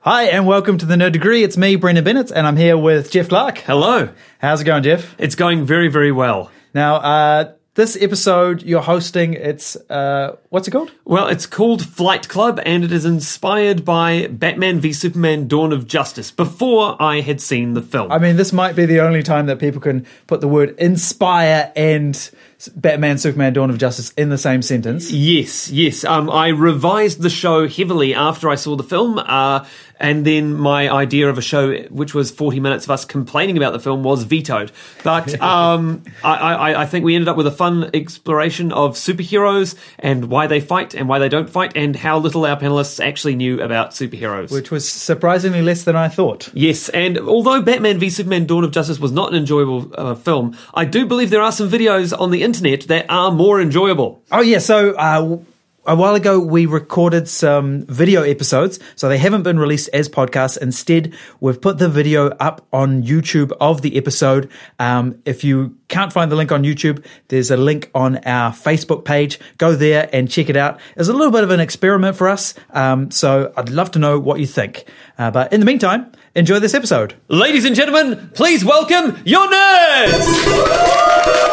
Hi, and welcome to the Nerd Degree. It's me, Brendan Bennett, and I'm here with Jeff Clark. Hello. How's it going, Jeff? It's going very, very well. Now, uh, this episode you're hosting, it's, uh, what's it called? Well, it's called Flight Club and it is inspired by Batman v Superman Dawn of Justice before I had seen the film. I mean, this might be the only time that people can put the word inspire and s- Batman, Superman, Dawn of Justice in the same sentence. Yes, yes. Um, I revised the show heavily after I saw the film, uh, and then my idea of a show, which was 40 minutes of us complaining about the film, was vetoed. But um, I, I, I think we ended up with a fun exploration of superheroes and why they fight and why they don't fight, and how little our panelists actually knew about superheroes. Which was surprisingly less than I thought. Yes, and although Batman v Superman Dawn of Justice was not an enjoyable uh, film, I do believe there are some videos on the internet that are more enjoyable. Oh yeah, so uh, a while ago we recorded some video episodes, so they haven't been released as podcasts. Instead, we've put the video up on YouTube of the episode. Um, if you can't find the link on YouTube, there's a link on our Facebook page. Go there and check it out. It's a little bit of an experiment for us, um, so I'd love to know what you think. Uh, but in the meantime, enjoy this episode. Ladies and gentlemen, please welcome your nerds!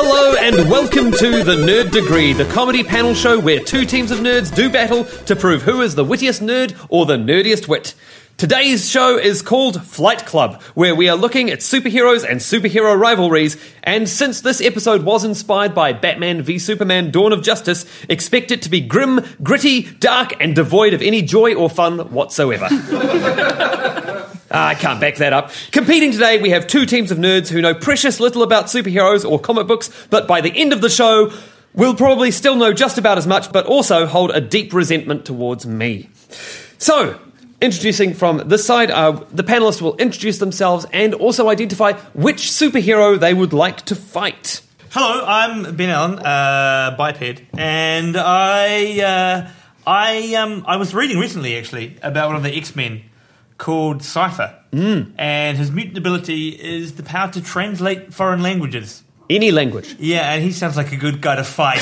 Hello and welcome to The Nerd Degree, the comedy panel show where two teams of nerds do battle to prove who is the wittiest nerd or the nerdiest wit. Today's show is called Flight Club, where we are looking at superheroes and superhero rivalries. And since this episode was inspired by Batman v Superman Dawn of Justice, expect it to be grim, gritty, dark, and devoid of any joy or fun whatsoever. Ah, I can't back that up. Competing today, we have two teams of nerds who know precious little about superheroes or comic books, but by the end of the show, will probably still know just about as much, but also hold a deep resentment towards me. So, introducing from this side, uh, the panelists will introduce themselves and also identify which superhero they would like to fight. Hello, I'm Ben Allen, uh, biped, and I uh, I um, I was reading recently actually about one of the X Men called Cipher, Hmm. mm. and his mutant ability is the power to translate foreign languages. Any language. Yeah, and he sounds like a good guy to fight.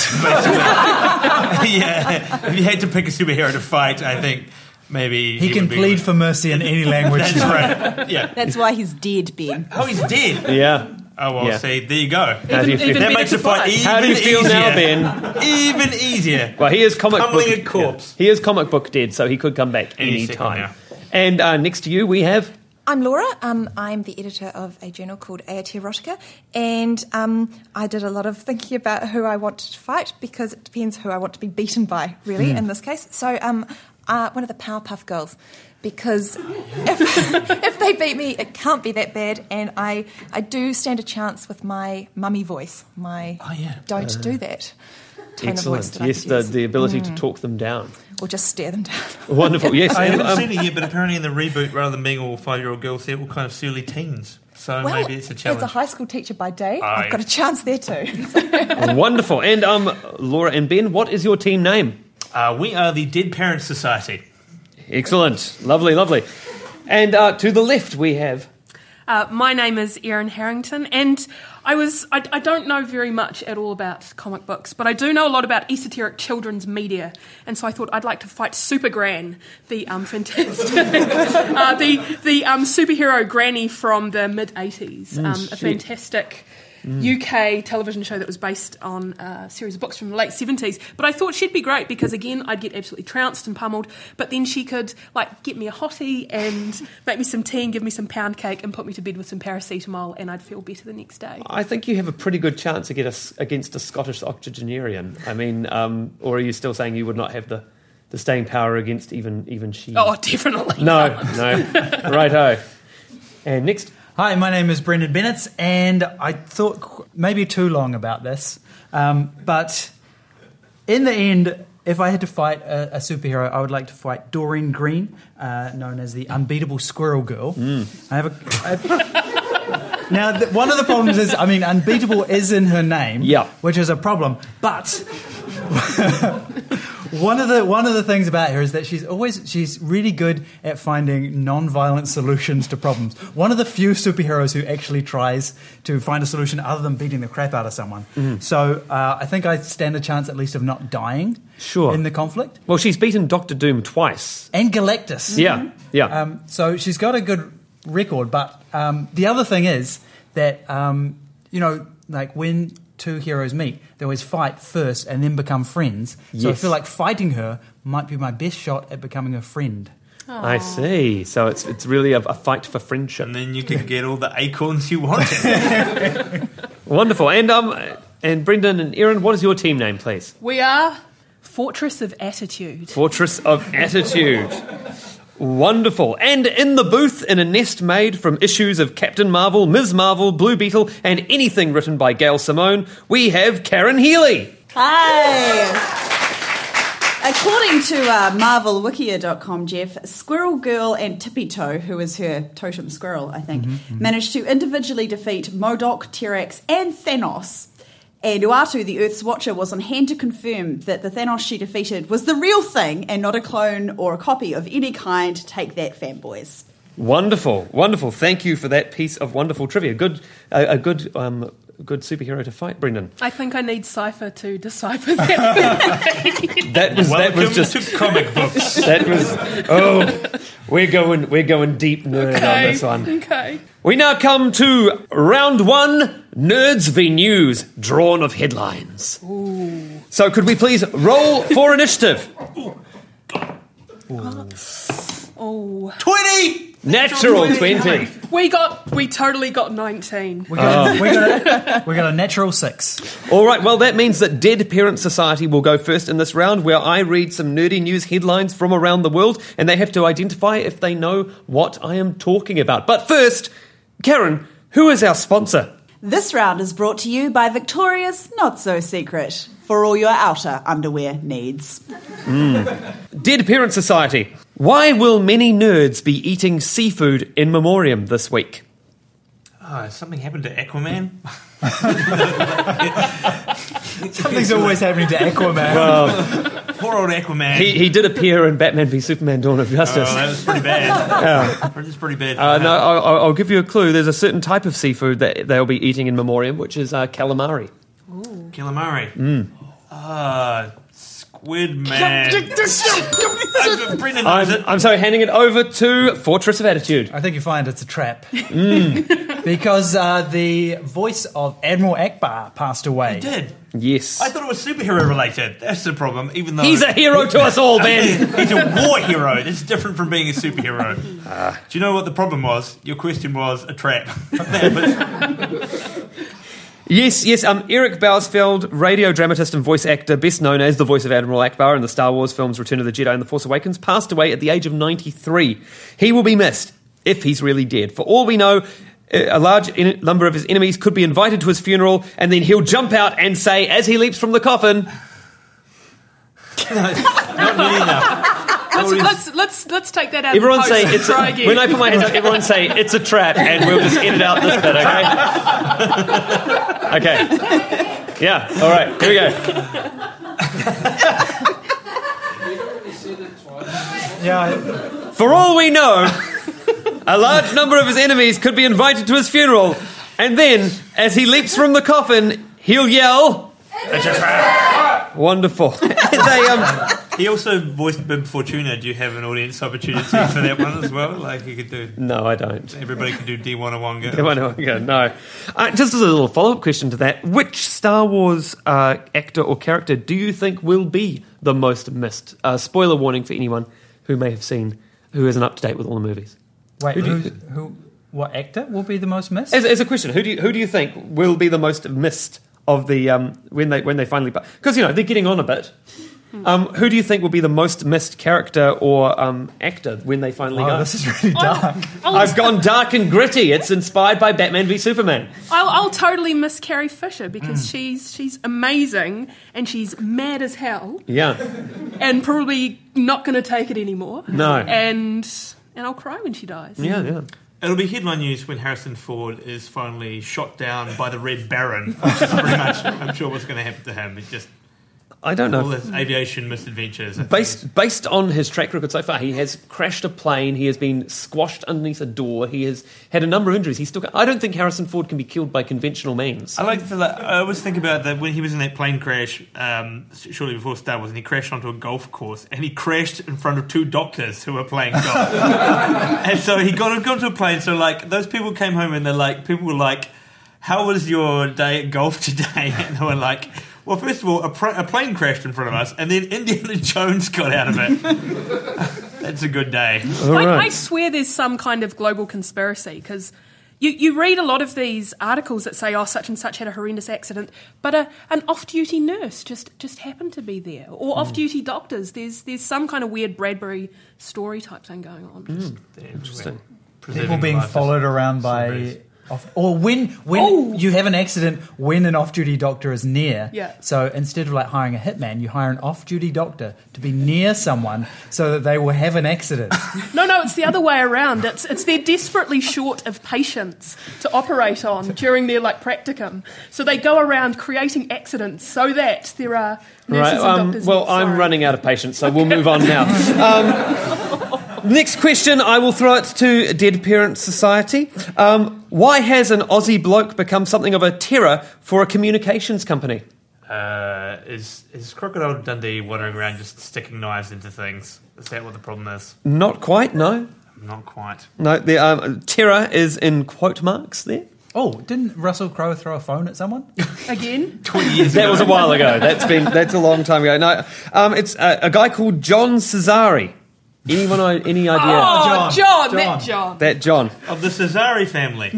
Basically, yeah. If you had to pick a superhero to fight, I think maybe He can would be- plead for mercy in any language. That's right. Yeah. That's why he's dead, Ben. Oh, he's dead. Yeah. Oh well, Yeah. see, there you go. How do you feel? That makes the fight even How do you feel easier. now, Ben? Even easier. Well, he is comic Tumbling book a corpse. yeah. He is comic book dead, so he could come back Any any, second time. now. And uh, next to you, we have I'm Laura. Um, I'm the editor of a journal called AOT Erotica, and um, I did a lot of thinking about who I wanted to fight because it depends who I want to be beaten by, really, Hmm. in this case. So, um, uh, one of the Powerpuff Girls, because if, if they beat me, it can't be that bad, and I, I do stand a chance with my mummy voice, my Oh, yeah. don't Uh, do that tone of voice Excellent. that I Yes, could the, use. Mm. the ability to talk them down. or just stare them down. Wonderful. Yes. I and, haven't um, seen it yet, but apparently in the reboot, rather than being all five-year-old girls, they're all kind of surly teens. So Well, maybe it's a challenge. As a high school teacher by day, Aye. I've got a chance there too. wonderful. And um, Laura and Ben, what is your team name? uh, we are the Dead Parents Society. Excellent. Lovely, lovely. And uh, to the left, we have. Uh, my name is Erin Harrington, and I was I, I don't know very much at all about comic books, but I do know a lot about esoteric children's media, and so I thought I'd like to fight Super Gran, the um, fantastic, uh, the the um, superhero granny from the mid '80s, um, a fantastic. UK television show that was based on a series of books from the late 70s. But I thought she'd be great because, again, I'd get absolutely trounced and pummeled, but then she could, like, get me a hottie and make me some tea and give me some pound cake and put me to bed with some paracetamol and I'd feel better the next day. I think you have a pretty good chance against a, against a Scottish octogenarian. I mean, um, or are you still saying you would not have the, the staying power against even even she? Oh, definitely. no, no. Righto. And next, Hi, my name is Brendan Bennett, and I thought qu- maybe too long about this, um, but in the end, if I had to fight a, a superhero, I would like to fight Doreen Green, uh, known as the unbeatable Squirrel Girl. I have a. I- now, th- one of the problems is, I mean, unbeatable is in her name, Yeah. which is a problem, but. One of the one of the things about her is that she's always she's really good at finding non-violent solutions to problems. One of the few superheroes who actually tries to find a solution other than beating the crap out of someone. Mm. So uh, I think I stand a chance at least of not dying. Sure. In the conflict Well, she's beaten Doctor Doom twice. and Galactus. Mm-hmm. Yeah, yeah. Um, so she's got a good record, but um, the other thing is that um, you know, like when two heroes meet, they always fight first and then become friends. So I Yes. feel like fighting her might be my best shot at becoming a friend. Oh. I see. So it's it's really a, a fight for friendship. And then you can get all the acorns you want. Wonderful. And um, and Brendan and Erin, what is your team name, please? We are Fortress of Attitude. Fortress of Attitude. Wonderful. And in the booth, in a nest made from issues of Captain Marvel, Ms. Marvel, Blue Beetle, and anything written by Gail Simone, we have Karen Healy. Hi. According to uh, MarvelWikia.com, Jeff, Squirrel Girl and Tippy Toe, who is her totem squirrel, I think, managed to individually defeat Modoc, Terax, and Thanos. And Uatu, the Earth's Watcher, was on hand to confirm that the Thanos she defeated was the real thing and not a clone or a copy of any kind. Take that, fanboys. Wonderful, wonderful. Thank you for that piece of wonderful trivia. Good, a, a good, um, good superhero to fight, Brendan. I think I need Cypher to decipher that. That was that Welcome was just to comic books. that was. Oh, we're going we're going deep nerd on this one. Okay. We now come to round one Nerds v News, drawn of headlines. So, could we please roll for initiative? Oh. Twenty. Natural 20. We got we totally got 19. We Oh. got, we, got a, we got a natural six. All right, well, that means that Dead Parent Society will go first in this round, where I read some nerdy news headlines from around the world, and they have to identify if they know what I am talking about. But first, Karen, who is our sponsor? This round is brought to you by Victoria's Not So Secret for all your outer underwear needs. Dead Parent Society. Why will many nerds be eating seafood in memoriam this week? Oh, something happened to Aquaman. Something's always happening to Aquaman. Poor old Aquaman. He, he did appear in Batman v Superman: Dawn of oh, Justice. that was pretty bad. That was pretty bad. Uh, no, I'll, I'll- I'll give you a clue. There's a certain type of seafood that they'll be eating in memoriam, which is uh, calamari. calamari. Mm. Ah, Squid Man. Uh, Brendan knows I'm, it. I'm sorry, handing it over to Fortress of Attitude. I think you find it's a trap. mm. because uh, the voice of Admiral Akbar passed away. Did. Yes. I thought it was superhero related. That's the problem. Even though He's a hero to us all, Ben. He's a war hero. It's different from being a superhero. Do you know what the problem was? Your question was a trap. That was- yes, yes. Um, Eric Bowersfeld, radio dramatist and voice actor, best known as the voice of Admiral Akbar in the Star Wars films Return of the Jedi and The Force Awakens, passed away at the age of 93. He will be missed, if he's really dead. For all we know, a a large en- number of his enemies could be invited to his funeral, and then he'll jump out and say, as he leaps from the coffin, not nearly enough. Let's, let's let's let's take that out. of Everyone the say post and it's Oh, try a, again. when I put my hands up. Everyone say it's a trap, and we'll just edit out this bit. Okay. Okay. Yeah. All right. Here we go. Yeah, For all we know, a large number of his enemies could be invited to his funeral, and then as he leaps from the coffin, he'll yell. It's a trap. Wonderful. they, um, He also voiced Bib Fortuna. Do you have an audience opportunity for that one as well? Like you could do. no, I don't. Everybody could do D101. I don't know. No. Uh, just as a little follow-up question to that, which Star Wars uh, actor or character do you think will be the most missed? Uh, spoiler warning for anyone who may have seen, who isn't up to date with all the movies. Wait, Who do you- who's, who? What actor will be the most missed? As, as a question, who do you, who do you think will be the most missed of the um, when they when they finally because you know they're getting on a bit. Um, who do you think will be the most missed character or um, actor when they finally oh, go? this is really dark. I'll, I've gone dark and gritty. It's inspired by Batman v Superman. I'll, I'll totally miss Carrie Fisher because Hmm. she's she's amazing and she's mad as hell Yeah. and probably not going to take it anymore. No. And and I'll cry when she dies. Yeah. Yeah. It'll be headline news when Harrison Ford is finally shot down by the Red Baron, which is pretty much, I'm sure, what's going to happen to him. It's just I don't know. All his aviation misadventures. I think. Based based on his track record so far, he has crashed a plane. He has been squashed underneath a door. He has had a number of injuries. He's still. I don't think Harrison Ford can be killed by conventional means. I like to feel like, I always think about that when he was in that plane crash um, shortly before Star Wars, and he crashed onto a golf course, and he crashed in front of two doctors who were playing golf. and so he got got onto a plane. So like those people came home, and they're like, people were like, "How was your day at golf today?" And they were like. Well, first of all, a, pr- a plane crashed in front of us, and then Indiana Jones got out of it. That's a good day. I, I swear there's some kind of global conspiracy because you, you read a lot of these articles that say, oh, such and such had a horrendous accident, but a, an off duty nurse just, just happened to be there, or Hmm. off duty doctors. There's, there's some kind of weird Bradbury story type thing going on. Hmm. Interesting. people Preserving being life is- followed around by Celebrities. off, or when when you have an accident when an off-duty doctor is near Yeah. so instead of like hiring a hitman you hire an off-duty doctor to be near someone so that they will have an accident No, no, it's the other way around. It's, it's they're desperately short of patients to operate on during their like practicum, so they go around creating accidents so that there are nurses Right. and Um, doctors. well, I'm Sorry. running out of patience, so we'll move on now. Um, next question. I will throw it to Dead Parent Society. Um, why has an Aussie bloke become something of a terror for a communications company? Uh, is is Crocodile Dundee wandering around just sticking knives into things? Is that what the problem is? Not quite. No. Not quite. No. The um, terror is in quote marks there. oh didn't russell crowe throw a phone at someone again. That was a while ago. That's been that's a long time ago. No, um, it's a, a guy called John Cesare. Anyone i- any idea? Oh, John, John, John. that John. That John. Of the Cesare family.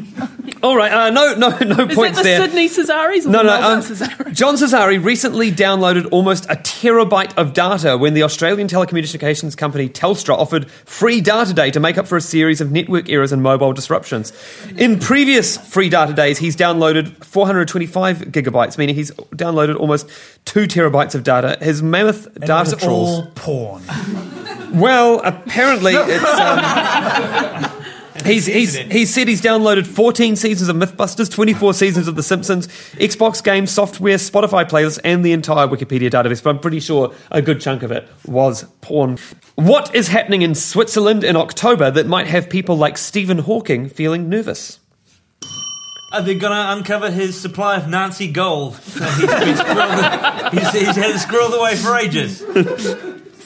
All right. Uh, no, no, no Is that points the there. Sydney Cesaris or No, the no. Melbourne Um, Cesaris? John Cesare recently downloaded almost a terabyte of data when the Australian telecommunications company Telstra offered free data day to make up for a series of network errors and mobile disruptions. In previous free data days, he's downloaded 425 gigabytes, meaning he's downloaded almost two terabytes of data. His mammoth and it data was trawls. all porn Well, apparently it's. Um, He's, he's, he said he's downloaded 14 seasons of Mythbusters, 24 seasons of The Simpsons, Xbox games, software, Spotify playlists, and the entire Wikipedia database. But I'm pretty sure a good chunk of it was porn. What is happening in Switzerland in October that might have people like Stephen Hawking feeling nervous? Are they going to uncover his supply of Nazi gold? that He's, been squirreled- he's, he's had it squirreled away for ages.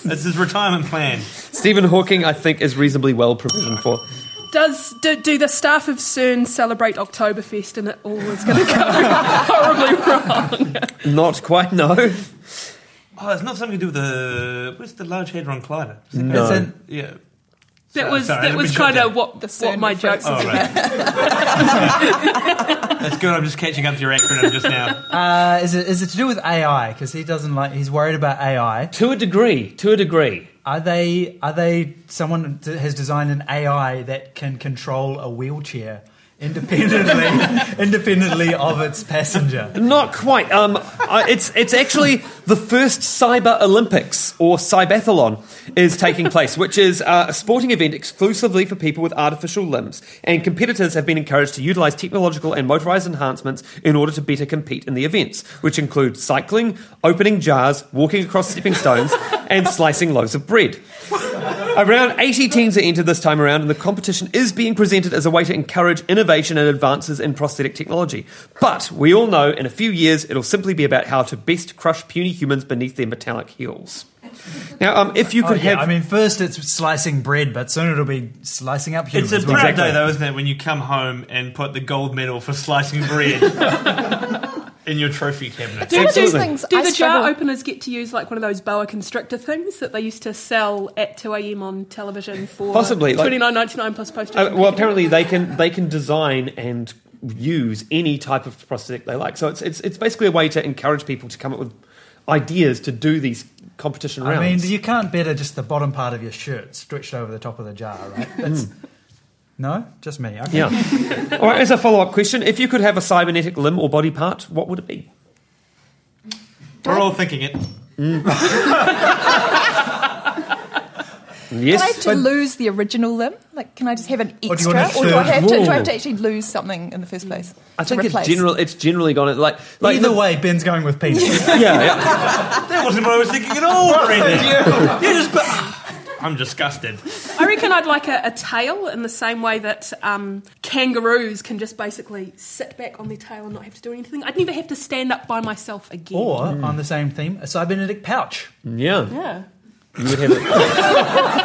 That's his retirement plan. Stephen Hawking, I think, is reasonably well provisioned for. Does do, do the staff of CERN celebrate Oktoberfest and it all is going to go horribly wrong? Not quite, no. Oh, it's not something to do with the. What's the Large Hadron Collider? Is it- It's an- Yeah. That was sorry, that let was me shut kind down. of what what my jokes. Oh, right. That's good. I'm just catching up to your acronym just now. uh, is, it, is it to do with ai because he doesn't like he's worried about ai To a degree, to a degree. are they are they someone d- has designed an ai that can control a wheelchair independently independently of its passenger Not quite. Um, I, it's it's actually the first Cyber Olympics or Cybathlon is taking place, which is uh, a sporting event exclusively for people with artificial limbs. And competitors have been encouraged to utilize technological and motorized enhancements in order to better compete in the events, which include cycling, opening jars, walking across stepping stones, and slicing loaves of bread. Around 80 teams are entered this time around, and the competition is being presented as a way to encourage innovation and advances in prosthetic technology. But we all know in a few years it'll simply be about how to best crush puny humans beneath their metallic heels. Now, um, if you Oh, could yeah, have. I mean, first it's slicing bread, but soon it'll be slicing up It's humans. a won't proud it? day, though, isn't it, when you come home and put the gold medal for slicing bread in your trophy cabinet? It's one of those Absolutely. things. Do I the struggle- jar openers get to use like one of those boa constrictor things that they used to sell at 2 a.m. on television for Possibly, like- twenty nine ninety nine plus postage? Uh, well, apparently they can they can design and use any type of prosthetic they like. So it's it's, it's basically a way to encourage people to come up with ideas to do these competition I rounds. mean, you can't better just the bottom part of your shirt stretched over the top of the jar, right? That's, no, just me. Okay. Mm. Yeah. All right, as a follow up question, if you could have a cybernetic limb or body part, what would it be? We're all thinking it. Yes. Can I have to But- lose the original limb? Like, can I just have an Or do you extra, want or a do, I third have to? Do I wall? have to actually lose something in the first place? I to think it's replace? general. It's generally gone like like Either the- way, Ben's going with Peter. Yeah, yeah. That wasn't what I was thinking at all, Brendan. you just. I'm disgusted. I reckon I'd like a, a tail in the same way that um, kangaroos can just basically sit back on their tail and not have to do anything. I'd never have to stand up by myself again. Or, on the same theme, a cybernetic pouch. yeah. yeah. You would have it.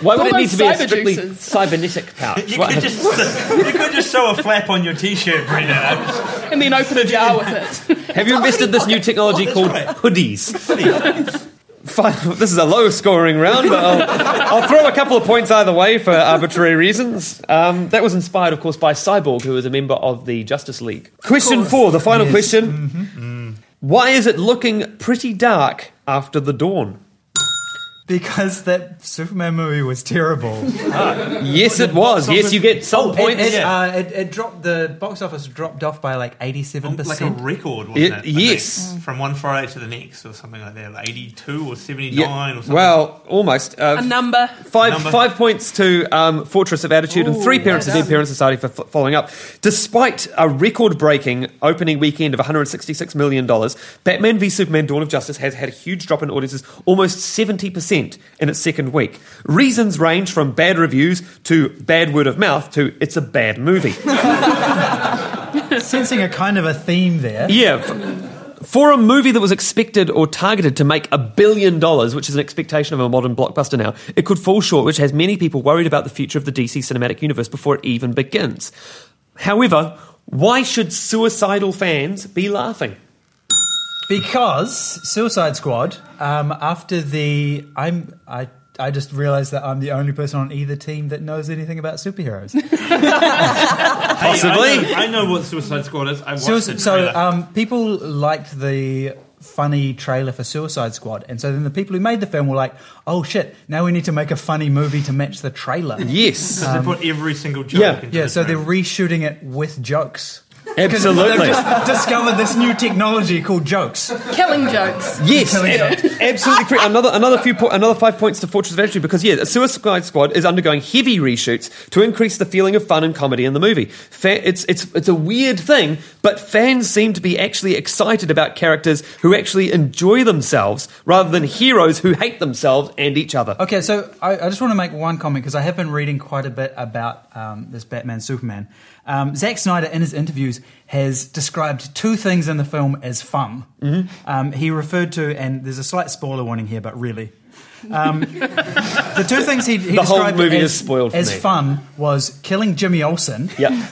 Why would it need Almost to be a cyber strictly juices. cybernetic pouch? You Why- could just you could just sew a flap on your t-shirt, Brendan. And then open a jar with it. Have you invested this new technology called hoodies? Fine. This is a low scoring round, but I'll, I'll throw a couple of points either way for arbitrary reasons. Um, that was inspired, of course, by Cyborg, who is a member of the Justice League. Question four, the final question. Why is it looking pretty dark after the dawn? Because that Superman movie was terrible. Yes, it was. Yes, you get some it, points. it, yeah. uh, it, it dropped. The box office dropped off by like eighty-seven Like a percent. record, wasn't It- it? I yes. think? From one Friday to the next, or something like that, like 82 or 79 or Yeah. something. Well, almost. Uh, A number. Five Number. five points to um, Fortress of Attitude and three parents to well Dead Parents Society for f- following up. Despite a record-breaking opening weekend of 166 million dollars, Batman v Superman: Dawn of Justice has had a huge drop in audiences, almost 70 percent in its second week. Reasons range from bad reviews to bad word of mouth to it's a bad movie. Sensing a kind of a theme there. Yeah. f- For a movie that was expected or targeted to make a billion dollars, which is an expectation of a modern blockbuster now, it could fall short, which has many people worried about the future of the DC cinematic universe before it even begins. However, why should suicidal fans be laughing? Because Suicide Squad, um, after the I'm I I just realized that I'm the only person on either team that knows anything about superheroes. Hey, possibly. I, know, I know what Suicide Squad is. I watched Suicide- it. so um, people liked the funny trailer for Suicide Squad, and so then the people who made the film were like, "Oh shit! Now we need to make a funny movie to match the trailer." Yes. they put every single joke. yeah. into Yeah, the so they're trailer. reshooting it with jokes. 'Cause Absolutely. They've just discovered this new technology called jokes. Killing jokes. Yes, Killing a- absolutely correct. Another another few po- another five points to Fortress of Attitude because yeah, Suicide Squad is undergoing heavy reshoots to increase the feeling of fun and comedy in the movie. Fa- it's it's it's a weird thing, but fans seem to be actually excited about characters who actually enjoy themselves rather than heroes who hate themselves and each other. Okay, so I, I just want to make one comment because I have been reading quite a bit about um, this Batman Superman. Um, Zack Snyder, in his interviews, has described two things in the film as fun. Um, he referred to, and there's a slight spoiler warning here, but really. Um, the two things he, he The whole described movie as, is spoiled for as me. fun was killing Jimmy Olsen Yeah,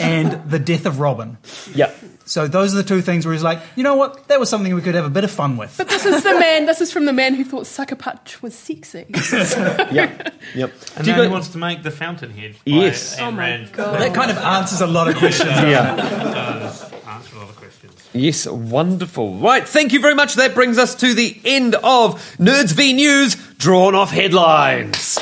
and the death of Robin. yeah. So those are the two things where he's like, you know what, that was something we could have a bit of fun with. This is the man. This is from the man who thought sucker punch was sexy. Yep. Yep. And Do now you he go- wants to make the Fountainhead. by Yes. Ayn Oh my Rand. God. That kind of answers a lot of questions. yeah. Does answer a lot of questions. Yes, wonderful. Right, thank you very much. That brings us to the end of Nerds v News Drawn Off Headlines.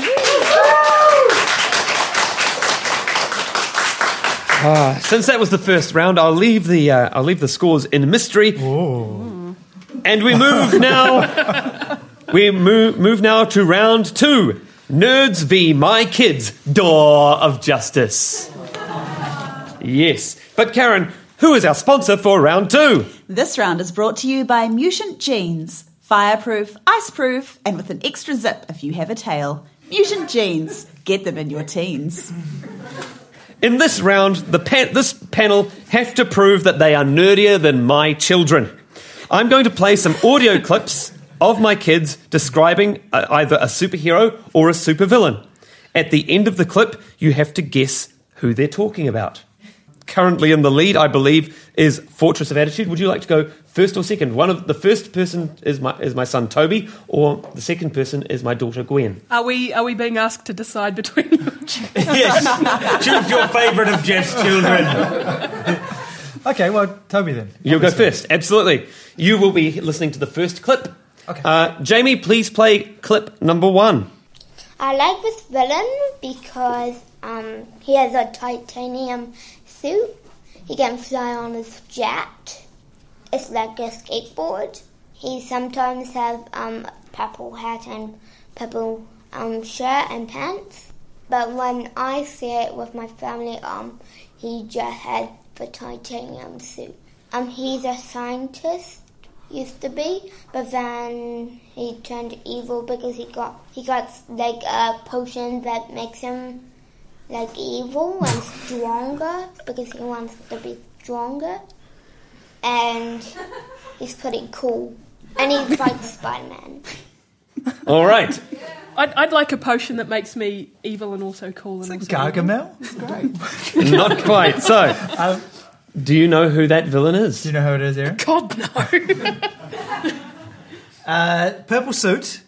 Ah, since that was the first round, I'll leave the uh, I'll leave the scores in mystery. And we move now. we move move now to round two. Nerds v my kids. Door of justice. Yes, but Karen, who is our sponsor for round two? This round is brought to you by Mutant Jeans. Fireproof, iceproof, and with an extra zip if you have a tail. Mutant Jeans. Get them in your teens. In this round, the pa- this panel have to prove that they are nerdier than my children. I'm going to play some audio clips of my kids describing uh, either a superhero or a supervillain. At the end of the clip, you have to guess who they're talking about. Currently in the lead, I believe, is Fortress of Attitude. Would you like to go first or second? One of the first person is my is my son Toby, or the second person is my daughter Gwen. Are we? Are we being asked to decide between? the Yes. Choose your favourite of Jeff's children. Okay, well, Toby then. You'll go first, absolutely. You will be listening to the first clip. Okay. Uh, Jamie, please play clip number one. I like this villain because um, he has a titanium suit. He can fly on his jet. It's like a skateboard. He sometimes has um, a purple hat and purple um, shirt and pants. But when I see it with my family, um, he just had the titanium suit. Um, he's a scientist, used to be, but then he turned evil because he got he got like a potion that makes him like evil and stronger because he wants to be stronger. And he's pretty cool. And he fights Spider Man. All right. I'd, I'd like a potion that makes me evil and also cool. Is And that also Gargamel? Not quite. So, Um, do you know who that villain Do is? you know who it is, Aaron? God no, Uh, purple suit,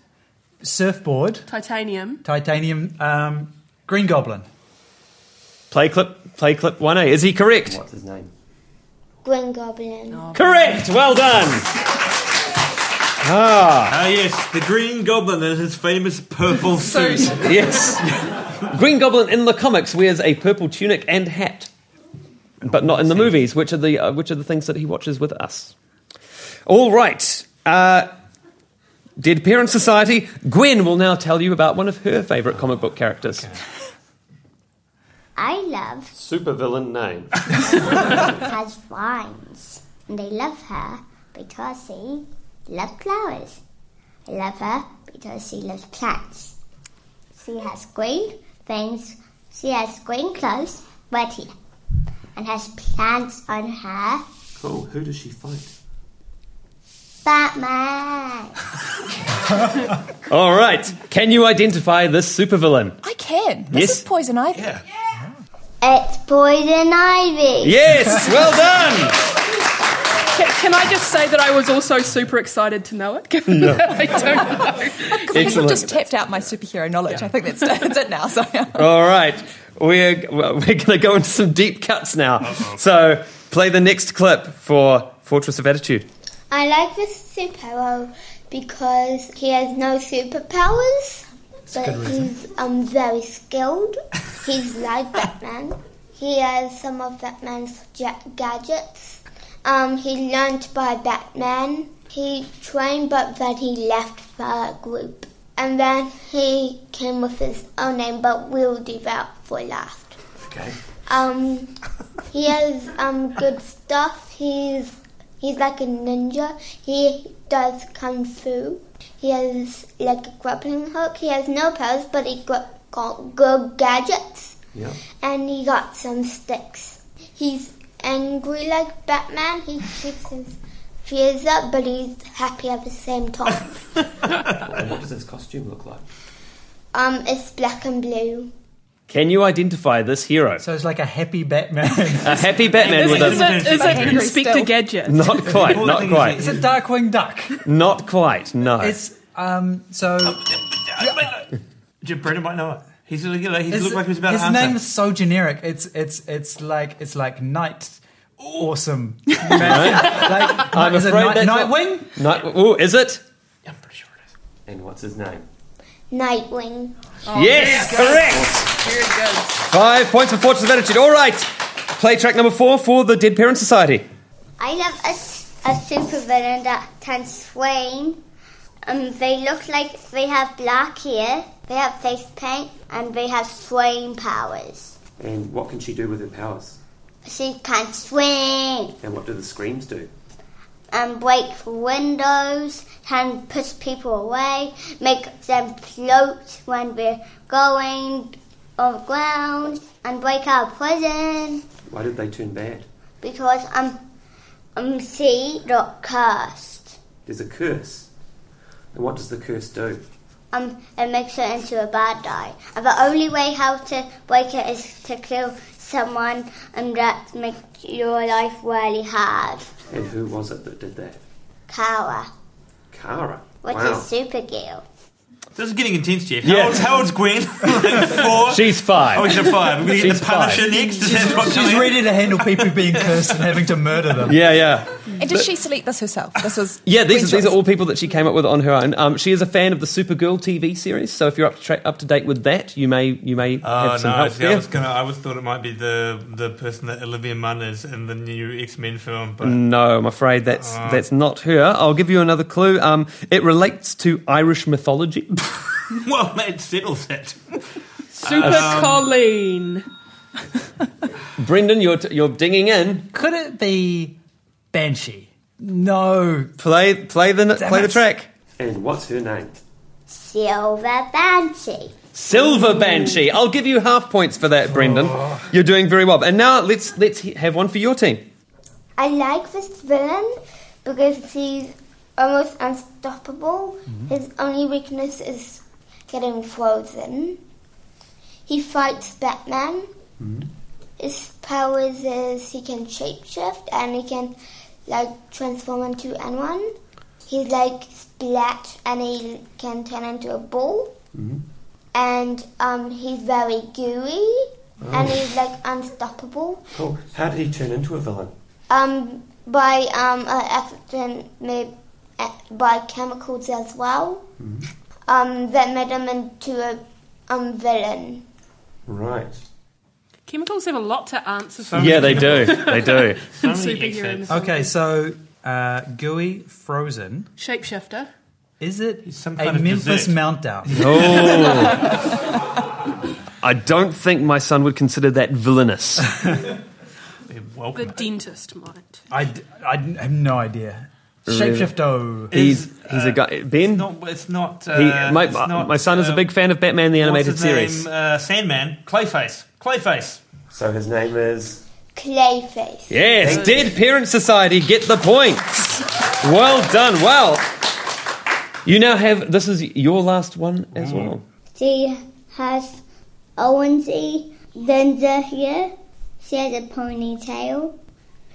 surfboard, titanium. titanium, um, green goblin. Play clip, play clip 1A. Is he correct? What's his name? Green Goblin. Correct. Well done. Ah, Ah, yes, the Green Goblin and his famous purple suit. yes. Green Goblin in the comics wears a purple tunic and hat, but not in the movies, which are the uh, which are the things that he watches with us. All right. Uh, Dead Parent Society. Gwen will now tell you about one of her favorite comic book characters. I love Super villain name. has vines, and I love her because she loves flowers. I love her because she loves plants. She has green things. She has green clothes, red hair, and has plants on her. Cool. Oh, Who does she fight? Batman. All right. Can you identify this supervillain? I can. This Yes. is poison ivy. It's poison ivy. Yes. Well done. Can, can I just say that I was also super excited to know it, given that I don't know. Because I think I've Excellent. just tapped out my superhero knowledge. I think that's, that's it now. So All right. We're well, we're going to go into some deep cuts now. So play the next clip for Fortress of Attitude. I like this superhero because he has no superpowers, but he's um very skilled. he's like Batman. He has some of Batman's ja- gadgets. Um, he learned by Batman. He trained, but then he left the group, and then he came with his own name. But we'll do that for last. Um, he has um good stuff. He's he's like a ninja. He does kung fu. He has like a grappling hook. He has no powers, but he got, got good gadgets. Yeah. And he got some sticks. He's angry like Batman. He keeps his fears up, but he's happy at the same time. And what does his costume look like? um, it's black and blue. Can you identify this hero? So it's like a happy Batman. A happy Batman Is, with is a it, is it Angry still. Inspector Gadget? not quite, not quite, it's a Darkwing Duck. not quite. No. It's um. So Jim Brennan might know it. He's look- like he his, looked like he was about his to answer. name is so generic. It's it's it's like it's like Night. Awesome. like, I'm is it afraid Night- that's not- Nightwing. Not. Ooh, is it? I'm pretty sure it is. And what's his name? Nightwing. Oh, yes, correct. Five points for Fortress of Attitude. All right. Play track number four for the Dead Parent Society. I love a, s- a supervillain that can swim. Um, they look like they have black hair, they have face paint, and they have swaying powers. And what can she do with her powers? She can swim And what do the screams do? and Um, break windows, can push people away, make them float when they're going on the ground, and break out prison Why did they turn bad? because um, um, she got cursed. There's a curse. And what does the curse do? um, and makes it into a bad guy. And the only way how to break it is to kill someone, and that makes your life really hard. And who was it that did that? Kara, Kara. what's a wow. super girl? This is getting intense, Jeff. Yeah. How, old, how old's Gwen? like four? She's five. oh, she's a five. We're going to get She's the Punisher five. next. Is that what She's ready to handle people being cursed and having to murder them. Yeah, yeah. and did she select this herself? This was Yeah, these are, Gwen's these are choice. all people that she came up with on her own. Um, she is a fan of the Supergirl TV series, so if you're up to tra- up to date with that, you may you may Oh have some no! help See, I there. was gonna. I was thought it might be the the person that Olivia Munn is in the new X Men film, but No, I'm Oh. afraid that's that's not her. I'll give you another clue. Um, it relates to Irish mythology. well, that settles it. Super Colleen. Brendan, you're, t- you're dinging in. Could it be Banshee? No. Play, play, the, play the it. track. And what's her name? Silver Banshee. Silver Banshee. I'll give you half points for that, Brendan. Oh. You're doing very well. And now let's let's he- have one for your team. I like this villain because he's almost unstoppable. His only weakness is getting frozen. He fights Batman. His powers is he can shapeshift and he can like transform into anyone. He's like splat and he can turn into a ball. And um, he's very gooey and he's like unstoppable. Cool. How did he turn into a villain? Um, by um, an accident made uh, by chemicals as well. Um, that made him into a um villain. Right. Chemicals have a lot to answer for Yeah, they do. They do. So many superhero. exits. mythology. Okay, so uh, Gooey Frozen. Shapeshifter. Is it Some a kind of Memphis dessert. Meltdown? Oh. I don't think my son would consider that villainous. They're The Welcome. dentist might. I, d- I d- have no idea. Shapeshifto. He's, Is, he's a guy. Ben, Not, it's not. Uh, he, my, it's not, my son is a uh, big fan of Batman the what's Animated his name? Series. Uh, Sandman. Clayface. Clayface. So his name is. Clayface. Yes, Dead Parent Society get the points. Well done. Well, you now have this is your last one Mm. as well. She has Owensy Linda here. She has a ponytail.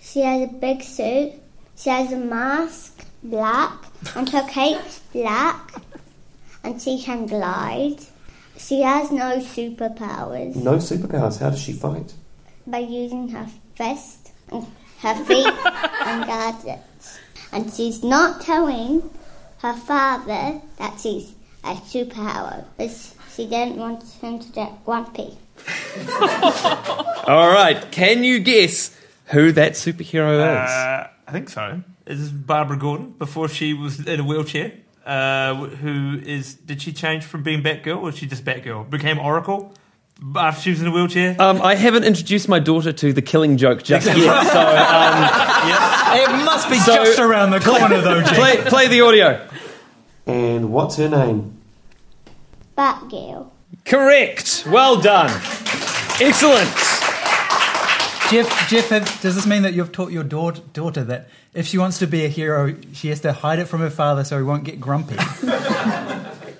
She has a big suit. She has a mask, black, and her cape's black. And she can glide. She has no superpowers. No superpowers. How does she fight? by using her fist and her feet and gadgets. And she's not telling her father that she's a superhero because she didn't want him to get grumpy. All right, can you guess who that superhero is? Uh, I think so. This Is Barbara Gordon before she was in a wheelchair? Uh, wh- who is? Did she change from being Batgirl, or was she just Batgirl? Became Oracle after she was in a wheelchair. Um, I haven't introduced my daughter to the killing joke just yet, so um, It must be So- just around the corner, though, Jake. play, play the audio. And what's her name? Batgirl. Correct. Well done. Excellent. Jeff, Jeff have, does this mean that you've taught your daugh- daughter that if she wants to be a hero, she has to hide it from her father so he won't get grumpy?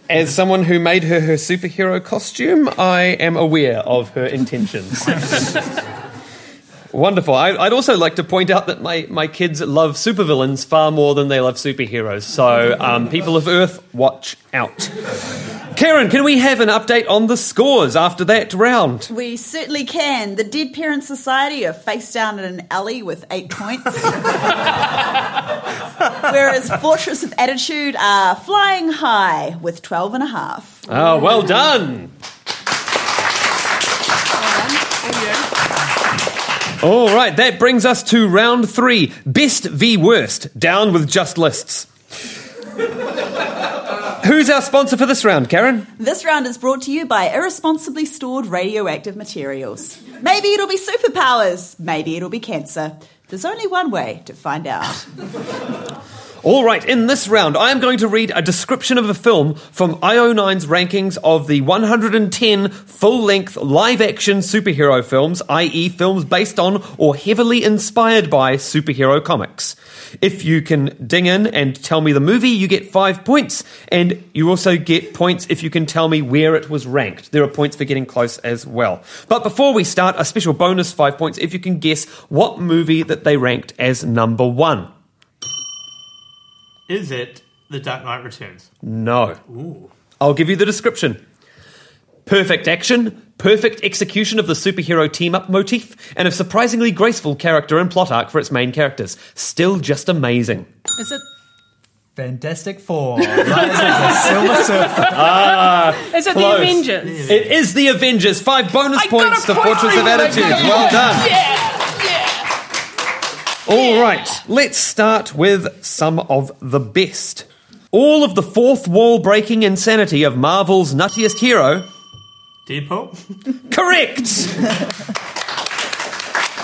As someone who made her her superhero costume, I am aware of her intentions. Wonderful. I, I'd also like to point out that my, my kids love supervillains far more than they love superheroes. So, um, people of Earth, watch out. Karen, can we have an update on the scores after that round? We certainly can. The Dead Parent Society are face down in an alley with eight points. Whereas Fortress of Attitude are flying high with 12 and a half. Oh, well done. All right, that brings us to round three best v worst, down with just lists. Who's our sponsor for this round, Karen? This round is brought to you by irresponsibly stored radioactive materials. Maybe it'll be superpowers, maybe it'll be cancer. There's only one way to find out. All right, in this round, I am going to read a description of a film from IO9's rankings of the 110 full length live action superhero films, i.e., films based on or heavily inspired by superhero comics. If you can ding in and tell me the movie, you get five points, and you also get points if you can tell me where it was ranked. There are points for getting close as well. But before we start, a special bonus five points if you can guess what movie that they ranked as number one. Is it The Dark Knight Returns? No. I'll give you the description. Perfect action, perfect execution of the superhero team up motif, and a surprisingly graceful character and plot arc for its main characters. Still just amazing. Is it? Fantastic Four. That is a Silver Surfer. Is it Close. the Avengers? It is the Avengers. Five bonus I got a points to point Fortress of for you. Attitude. I got a Well point. done. Yeah, yeah. All right, let's start with some of the best. all of the fourth wall breaking insanity of Marvel's nuttiest hero. Deadpool? Correct!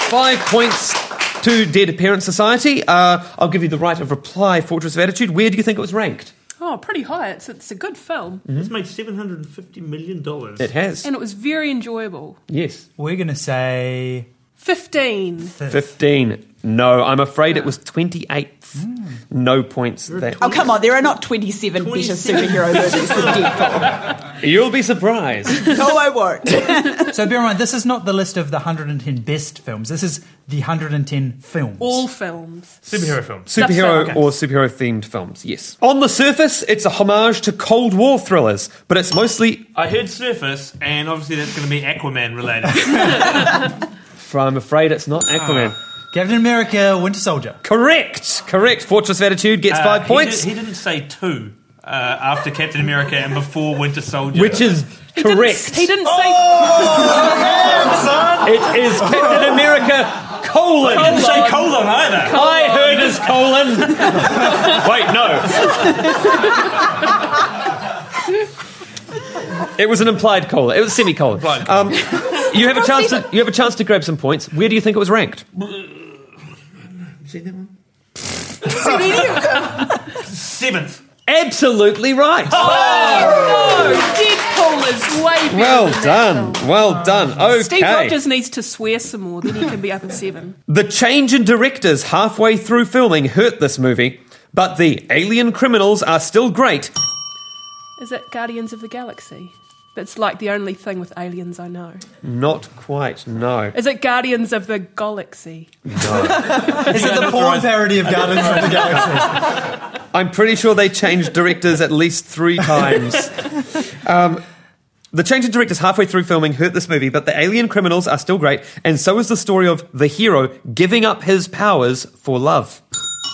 Five points to Dead Parent Society. Uh, I'll give you the right of reply, Fortress of Attitude. Where do you think it was ranked? Oh, pretty high. It's it's a good film, It's made $750 million. It has. and it was very enjoyable. Yes. We're going to say. Fifteen. 15. No, I'm afraid it was 28th. Hmm. No points. That. Oh, come on, there are not 27, better superhero movies than Deadpool. You'll be surprised. No, I won't. So bear in mind, this is not the list of the 110 best films. This is the 110 films. All films. Superhero films. superhero That's fair. or superhero themed films, yes. On the surface, it's a homage to Cold War thrillers, but it's mostly, I heard Surface, and obviously that's going to be Aquaman related. I'm afraid it's not Ah. Aquaman. Captain America, Winter Soldier. Correct, correct. Fortress of Attitude gets Uh, five he points, did- He, didn't say two uh, after Captain America and before Winter Soldier. which is He didn't- correct. he didn't say. It is Captain America colon. He didn't say colon either. I heard his colon. Wait, no. It was an implied colon. It was a semicolon. Um, you have a chance to you have a chance to grab some points. Where do you think it was ranked? See that one? Seventh. Absolutely right. Oh, Deadpool is Oh. way better. Well than that done. film. Well done. Okay. Steve Rogers needs to swear some more, then he can be up at seven. The change in directors halfway through filming hurt this movie, but the alien criminals are still great. Is that Guardians of the Galaxy? That's like the only thing with aliens I know. Not quite, no. Is it Guardians of the Galaxy? Is it the porn parody of Guardians of the Galaxy? I'm pretty sure they changed directors at least three times. Um, the change in directors halfway through filming hurt this movie, but the alien criminals are still great, and so is the story of the hero giving up his powers for love.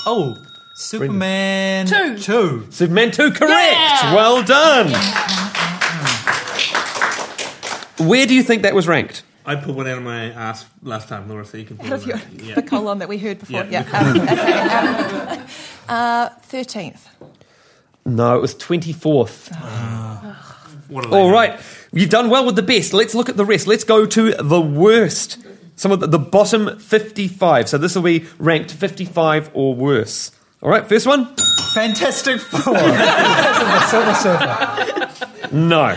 Oh, Superman Two. Two. Superman 2, correct! Yeah. Well done! Where do you think that was ranked? I put one out of my ass last time, Laura, so you can put Out of it your, out. Yeah. the colon that we heard before. Yeah, Yeah. Um, okay, um, uh, 13th. No, it was 24th. What are they All doing? right, you've done well with the best. Let's look at the rest. Let's go to the worst. Some of the, the bottom 55. So this will be ranked 55 or worse. All right, first one. Fantastic Four. the Silver Surfer. No.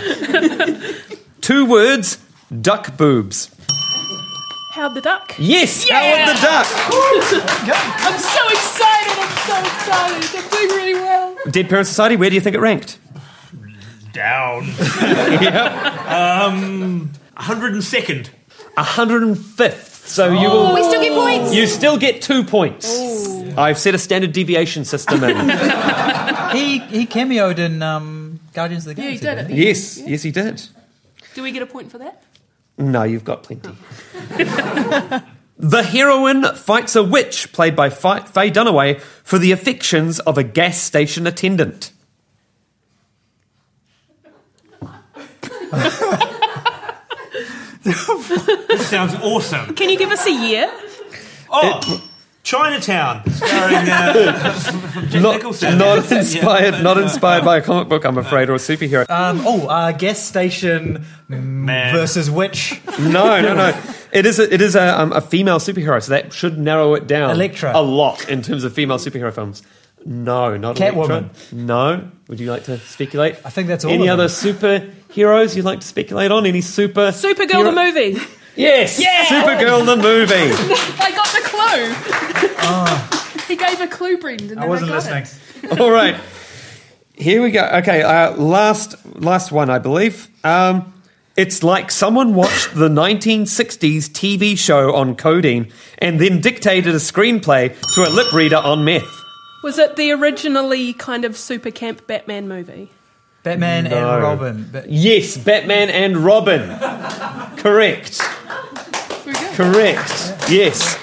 Two words. Duck boobs. Howard the Duck? Yes, Howard the Duck. I'm so excited! I'm so excited! I'm doing really well. Dead Parent Society. Where do you think it ranked? Down. Um, 102nd. 105th. So you will. We still get points. You still get two points. I've set a standard deviation system in. He he cameoed in um, Guardians of the Yeah, Galaxy. you did it. yes, yes, he did. Do we get a point for that? No, you've got plenty. the heroine fights a witch, played by Fi- Faye Dunaway, for the affections of a gas station attendant. Sounds awesome. Can you give us a year? Oh, Chinatown. Starring uh, Jack Not, Nicholson. not inspired, Yeah. not inspired by a comic book, I'm afraid, or a superhero. Um, oh, uh, gas station Man. versus witch. no, no, no. It is a, it is a, um, a female superhero, so that should narrow it down Elektra. a lot in terms of female superhero films. No, not Electra. Catwoman. No. Would you like to speculate? I think that's all Any of other them. superheroes you'd like to speculate on? Any super Supergirl hero- the movie. Yes. Yeah! Supergirl the movie. I got the clue. Ah. he gave a clue, Brendan. and I wasn't got listening. It. All right. Here we go. Okay, uh, last last one, I believe. Um, it's like someone watched the 1960s TV show on codeine and then dictated a screenplay to a lip reader on meth. Was it the originally kind of super camp Batman movie? Batman and Robin. But Yes, Batman and Robin. Correct. Correct. Yes.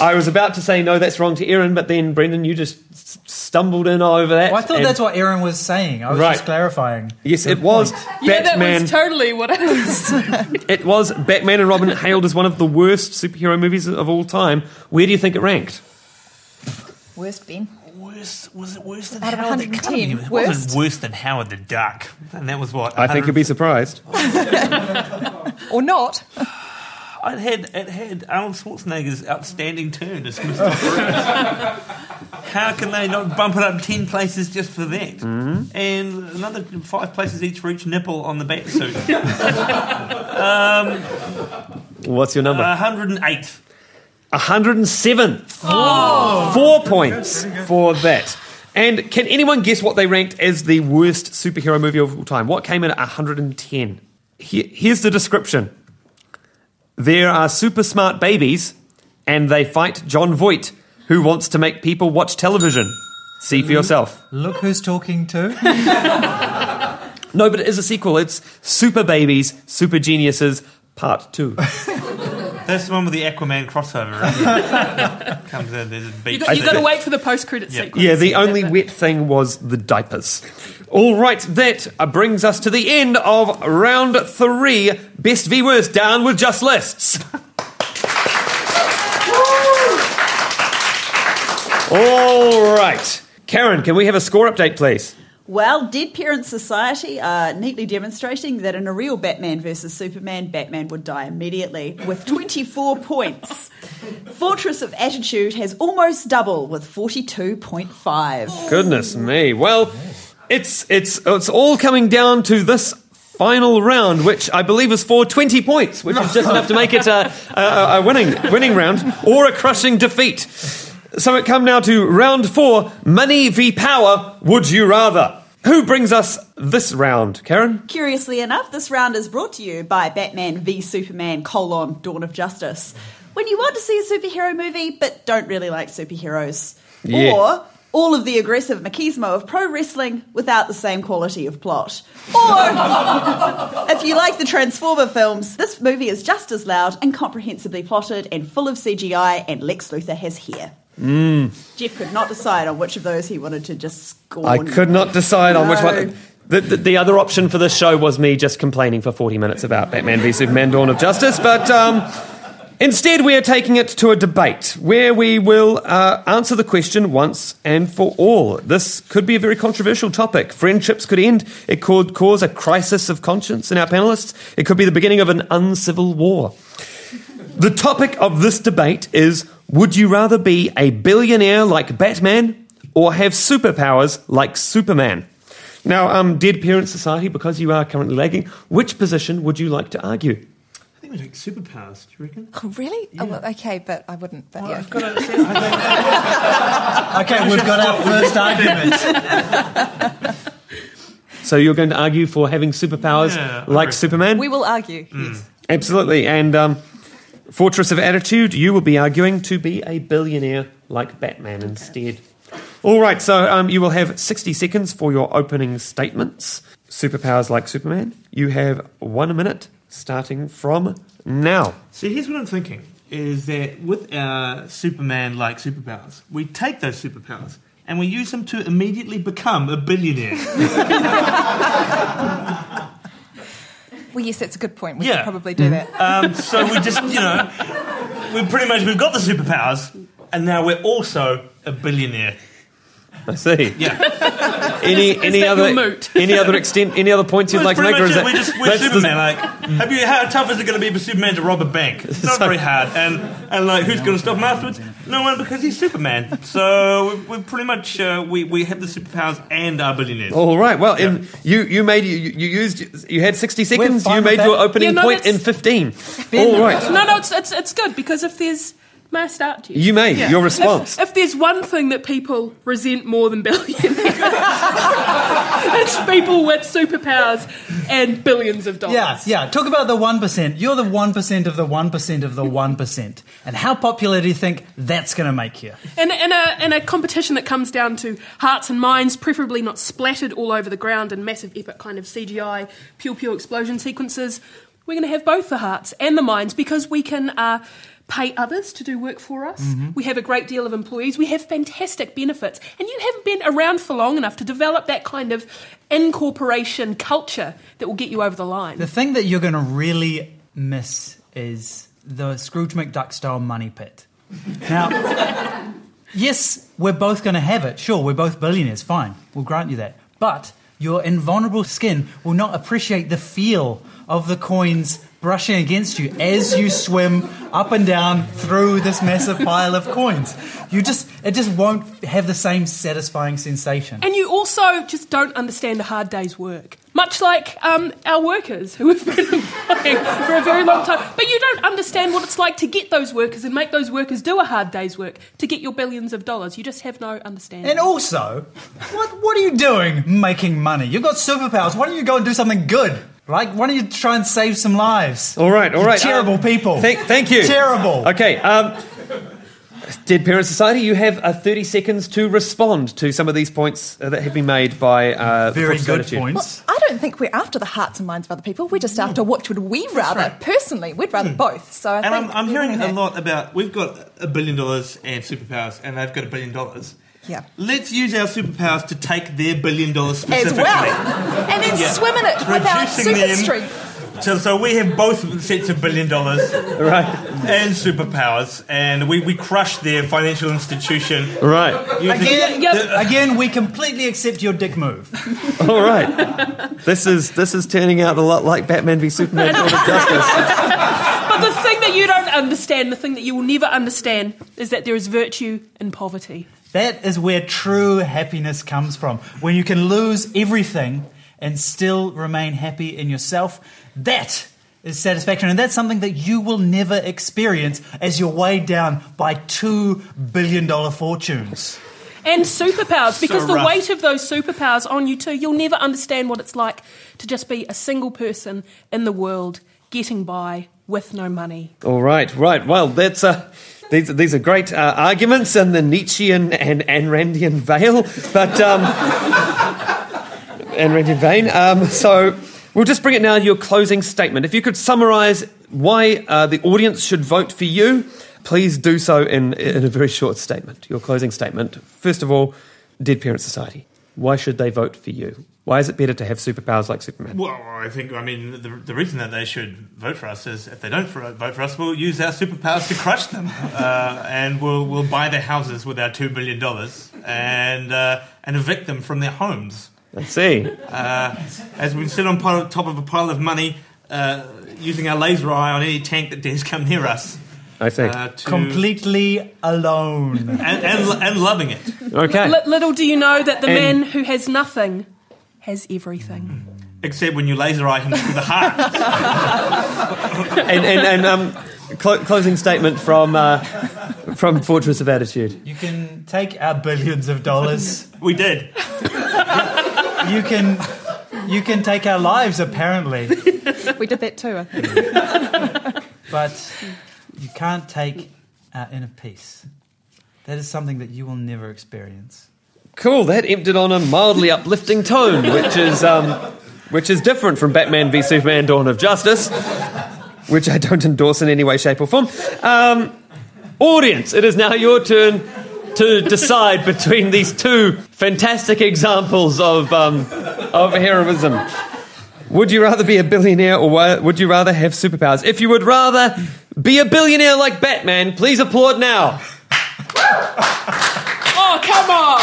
I was about to say no, that's wrong to Erin, but then Brendan, you just s- stumbled in over that. Well, I thought and- that's what Aaron was saying. I was Right. just clarifying. Yes, the it was point. Yeah, that Batman. was totally what I was. It was Batman and Robin hailed as one of the worst superhero movies of all time. Where do you think it ranked? Worst Ben. worse? Was it worse than Out of Howard? the- 110, can't be- It worst? wasn't worse than Howard the Duck, and that was what I think you'd be surprised. or not. It had it had Arnold Schwarzenegger's outstanding turn as Mr. Freeze. How can they not bump it up ten places just for that? Mm-hmm. And another five places each for each nipple on the bat suit. What's your number? hundred and eight. 107. Four points for that. And can anyone guess what they ranked as the worst superhero movie of all time? What came in at 110? Here, here's the description There are super smart babies, and they fight John Voight, who wants to make people watch television. See for yourself. Look who's talking to. No, but it is a sequel. It's Super Babies, Super Geniuses, Part 2. That's the one with the Aquaman crossover. right? Comes in. There's a beach. You got, you I got to think- wait for the post-credit sequence. Yeah, the only But- wet thing was the diapers. All right, that uh, brings us to the end of round three. Best v worst, down with just lists. All right, Karen, can we have a score update, please? Well, Dead Parents Society are neatly demonstrating that in a real Batman versus Superman, Batman would die immediately with 24 points. Fortress of Attitude has almost double with 42.5. Goodness me. Well, it's it's it's all coming down to this final round, which I believe is for twenty points, which is just enough to make it a, a, a winning winning round or a crushing defeat. So it come now to round four: money v power. Would you rather? Who brings us this round, Karen? Curiously enough, this round is brought to you by Batman v Superman colon Dawn of Justice. When you want to see a superhero movie but don't really like superheroes. Yes. Or all of the aggressive machismo of pro wrestling without the same quality of plot. Or if you like the Transformer films, this movie is just as loud and comprehensively plotted and full of CGI and Lex Luthor has hair. Mm. Jeff could not decide on which of those he wanted to just scorn. I could not decide on which No. one. The, the, the other option for this show was me just complaining for 40 minutes about Batman v Superman Dawn of Justice, but um, instead we are taking it to a debate where we will uh, answer the question once and for all. This could be a very controversial topic. Friendships could end, it could cause a crisis of conscience in our panelists, it could be the beginning of an uncivil war. The topic of this debate is Would you rather be a billionaire like Batman or have superpowers like Superman? Now, um, Dead Parent Society, because you are currently lagging, which position would you like to argue? I think we take superpowers. Do you reckon? Oh, really? Oh, well, okay, but I wouldn't. But yeah. I've got to say, I think- Okay, we've got our first argument. So you're going to argue for having superpowers Yeah, I like agree. Superman? We will argue. Yes. Absolutely. And um, Fortress of Attitude, you will be arguing to be a billionaire like Batman instead. All right, so um, you will have 60 seconds for your opening statements. Superpowers like Superman. You have one minute starting from now. See, here's what I'm thinking is that with our Superman like superpowers, we take those superpowers and we use them to immediately become a billionaire. Well, yes, that's a good point. We Yeah. should probably do that. um, so we just, you know, we pretty much we've got the superpowers and now we're also a billionaire. I see. Yeah. Any Is- is any that other your moot? any other extent any other points you'd That's like to pretty make? much or is it. that- we're just, we're that's the- Superman. Like, have you, how tough is it going to be for Superman to rob a bank? It's not very hard. And, and like, who's going to stop him afterwards? No one, because he's Superman. So we, we pretty much uh, we, we have the superpowers and are billionaires. all right. Well, in, you you made you, you used you had sixty seconds. fine You with made that. your opening Yeah, no, point in that's- fifteen. All right. No, no, it's, it's, it's good because if there's. May I start to you? You may, your If- response. If, there's one thing that people resent more than billionaires, it's people with superpowers and billions of dollars. Yeah, yeah. Talk about the 1%. You're the 1% of the 1% of the 1%. And how popular do you think that's going to make you? And, and, a, and a competition that comes down to hearts and minds, preferably not splattered all over the ground in massive epic kind of CGI, pew pew explosion sequences. We're going to have both the hearts and the minds because we can uh, pay others to do work for us. We have a great deal of employees. We have fantastic benefits. And you haven't been around for long enough to develop that kind of incorporation culture that will get you over the line. The thing that you're going to really miss is the Scrooge McDuck style money pit. Now, yes, we're both going to have it. Sure, we're both billionaires. Fine, we'll grant you that. But your invulnerable skin will not appreciate the feel of the coins brushing against you as you swim up and down through this massive pile of coins. You just, it just won't have the same satisfying sensation. And you also just don't understand a hard day's work. Much like um, our workers who have been employing for a very long time. But you don't understand what it's like to get those workers and make those workers do a hard day's work to get your billions of dollars. You just have no understanding. And also, what what are you doing making money? You've got superpowers. Why don't you go and do something good? Like, why don't you try and save some lives? All right, all You right. terrible um, people. Thank, thank you. Terrible. Okay. Um, Dead Parent Society, you have uh, 30 seconds to respond to some of these points uh, that have been made by. Uh, the Very Force of good Solitude. Well, points. I don't think we're after the hearts and minds of other people. We're just after what would we rather. Personally, we'd rather both. So I Hmm. And think I'm, I'm we're hearing winning a that. lot about we've got a billion dollars and superpowers, and they've got a billion dollars. Yeah. Let's use our superpowers to take their billion dollars As specifically. well, and then Yeah. swim in it with our Reducing super them. strength. So, so we have both sets of billion dollars Right. and superpowers, and we, we crush their financial institution. Right. using- Again, Yep. th- again, we completely accept your dick move. All right. This is this is turning out a lot like Batman v Superman: Dawn of Justice. But the thing that you don't understand, the thing that you will never understand, is that there is virtue in poverty. That is where true happiness comes from. When you can lose everything and still remain happy in yourself, that is satisfaction. And that's something that you will never experience as you're weighed down by $2 billion fortunes. And superpowers, because the rough. weight of those superpowers on you too, you'll never understand what it's like to just be a single person in the world getting by with no money. All right. Right. Well, that's uh, these these are great uh, arguments in the Nietzschean and Ayn Randian veil, but um, Ayn Randian vein. Um, so we'll just bring it now to your closing statement. If you could summarise why uh, the audience should vote for you, please do so in in a very short statement. Your closing statement. First of all, Dead Parent Society. Why should they vote for you? Why is it better to have superpowers like Superman? Well, I think, I mean, the, the reason that they should vote for us is if they don't for, vote for us, we'll use our superpowers to crush them. Uh, and we'll, we'll buy their houses with our $2 billion and, uh, and evict them from their homes. I see. As we sit on pile, top of a pile of money, uh, using our laser eye on any tank that dares come near us. I see. Uh, to, Completely alone. and, and, and loving it. okay. Li- little do you know that the And- Mm. man who has nothing has everything. Except when you laser eye him through the heart. and and, and um, clo- closing statement from uh, from Fortress of Attitude. You can take our billions of dollars. We did. You can. You can take our lives, apparently, We did that too. I think. but you can't take our inner peace. That is something that you will never experience. Cool. That emptied on a mildly uplifting tone, which is um, which is different from Batman v Superman: Dawn of Justice, which I don't endorse in any way, shape, or form. Um, audience, it is now your turn. To decide between these two fantastic examples of, um, of heroism. Would you rather be a billionaire or wa- would you rather have superpowers? If you would rather be a billionaire like Batman, please applaud now. Oh, come on!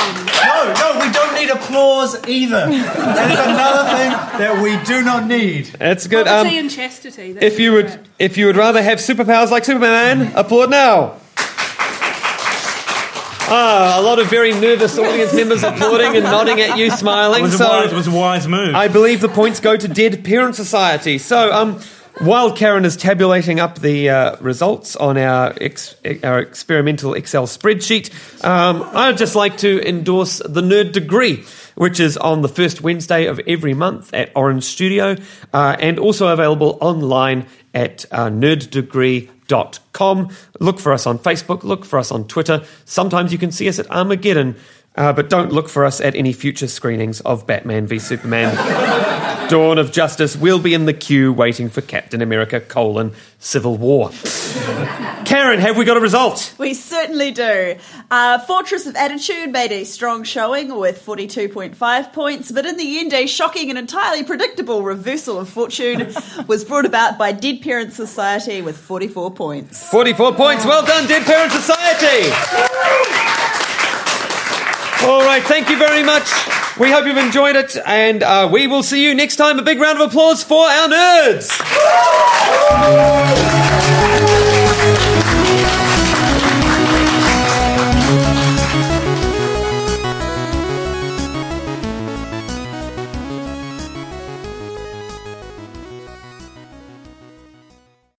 No, no, we don't need applause either. That is another thing that we do not need. That's good. Um, Poverty and chastity. that's if you would, correct. if you would rather have superpowers like Superman, applaud now. Ah, a lot of very nervous audience members applauding and nodding at you, It smiling. was, a so wise, it was a wise move. I believe the points go to Dead Parent Society. So, um, while Karen is tabulating up the uh, results on our ex- our experimental Excel spreadsheet, um, I'd just like to endorse the Nerd Degree, which is on the first Wednesday of every month at Orange Studio, uh, and also available online at uh, nerddegree.com. Look for us on Facebook. Look for us on Twitter. Sometimes you can see us at Armageddon. Uh, but don't look for us at any future screenings of Batman v Superman. Dawn of Justice will be in the queue waiting for Captain America colon Civil War. Karen, have we got a result? We certainly do. Uh, Fortress of Attitude made a strong showing with 42.5 points, but in the end, a shocking and entirely predictable reversal of fortune was brought about by Dead Parent Society with 44 points. 44 points. Well done, Dead Parent Society. right, thank you very much. We hope you've enjoyed it, and uh, we will see you next time. A big round of applause for our nerds.